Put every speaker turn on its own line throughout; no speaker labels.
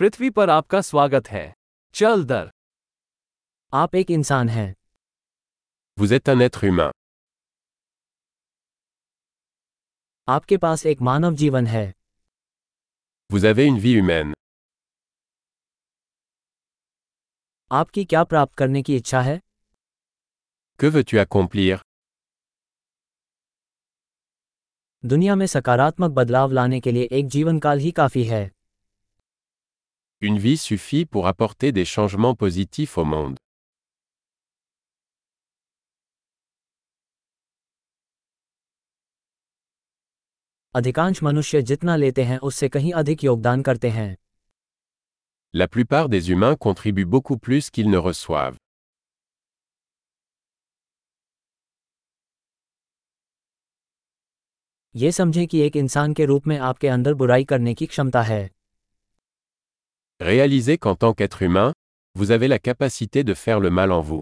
पृथ्वी पर आपका स्वागत है चल दर
आप एक इंसान हैं
Vous êtes un être humain.
आपके पास एक मानव जीवन है
Vous avez une vie humaine.
आपकी क्या प्राप्त करने की इच्छा है
Que veux-tu accomplir
दुनिया में सकारात्मक बदलाव लाने के लिए एक जीवनकाल ही काफी है
Une vie suffit pour apporter des changements positifs au monde.
अधिकांश मनुष्य जितना लेते हैं उससे कहीं अधिक योगदान करते हैं
La plupart des humains contribuent beaucoup plus qu'ils ne reçoivent.
ये समझें कि एक इंसान के रूप में आपके अंदर बुराई करने की क्षमता है
Réalisez qu'en tant qu'être humain, vous avez la capacité de faire le mal en vous.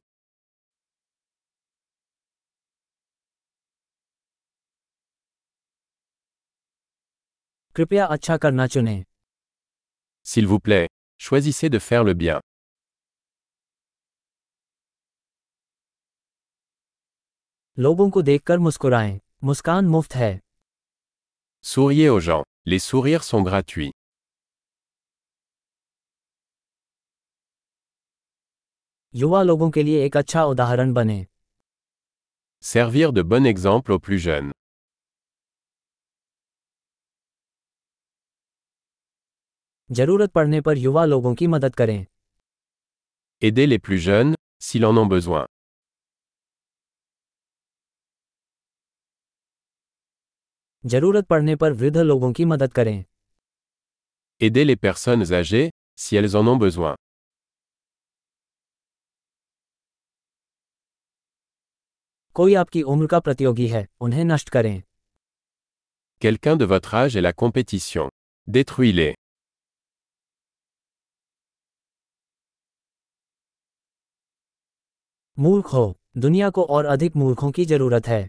कृपया अच्छा करना चुनें
S'il vous plaît, choisissez de faire le bien.
लोगों को देखकर मुस्कुराएं मुस्कान मुफ्त है
Souriez aux gens. Les sourires sont gratuits.
युवा लोगों के लिए एक अच्छा उदाहरण बने
Servir de bon exemple aux plus jeunes.
जरूरत पड़ने पर युवा लोगों की मदद करें
Aidez les plus jeunes, s'ils en ont besoin.
जरूरत पड़ने पर वृद्ध लोगों की मदद करें
Aidez les personnes âgées, si elles en ont besoin.
कोई आपकी उम्र का प्रतियोगी है उन्हें नष्ट करें
Quelqu'un de votre âge est la compétition. Détruis-les.
मूर्ख हो दुनिया को और अधिक मूर्खों की जरूरत है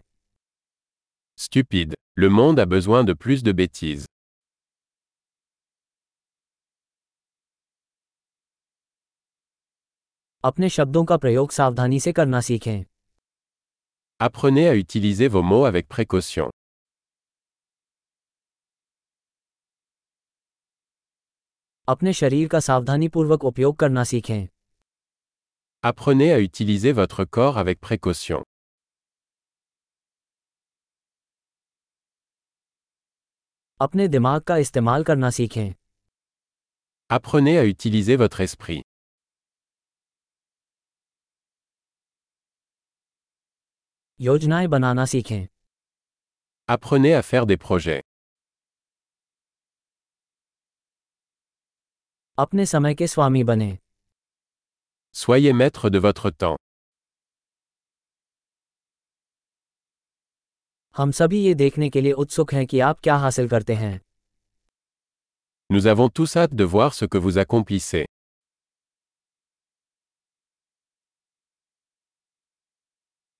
Stupide. Le monde a besoin de plus de bêtises.
अपने शब्दों का प्रयोग सावधानी से करना सीखें
Apprenez à utiliser vos mots avec précaution.
अपने शरीर का सावधानीपूर्वक उपयोग करना सीखें
Apprenez à utiliser votre corps avec précaution.
अपने दिमाग का इस्तेमाल करना सीखें
Apprenez à utiliser votre esprit.
योजनाएं बनाना सीखें
Apprenez à faire des projets.
अपने समय के स्वामी बने
Soyez maître de votre temps.
हम सभी ये देखने के लिए उत्सुक हैं कि आप क्या हासिल करते हैं
Nous avons tous hâte de voir ce que vous accomplissez.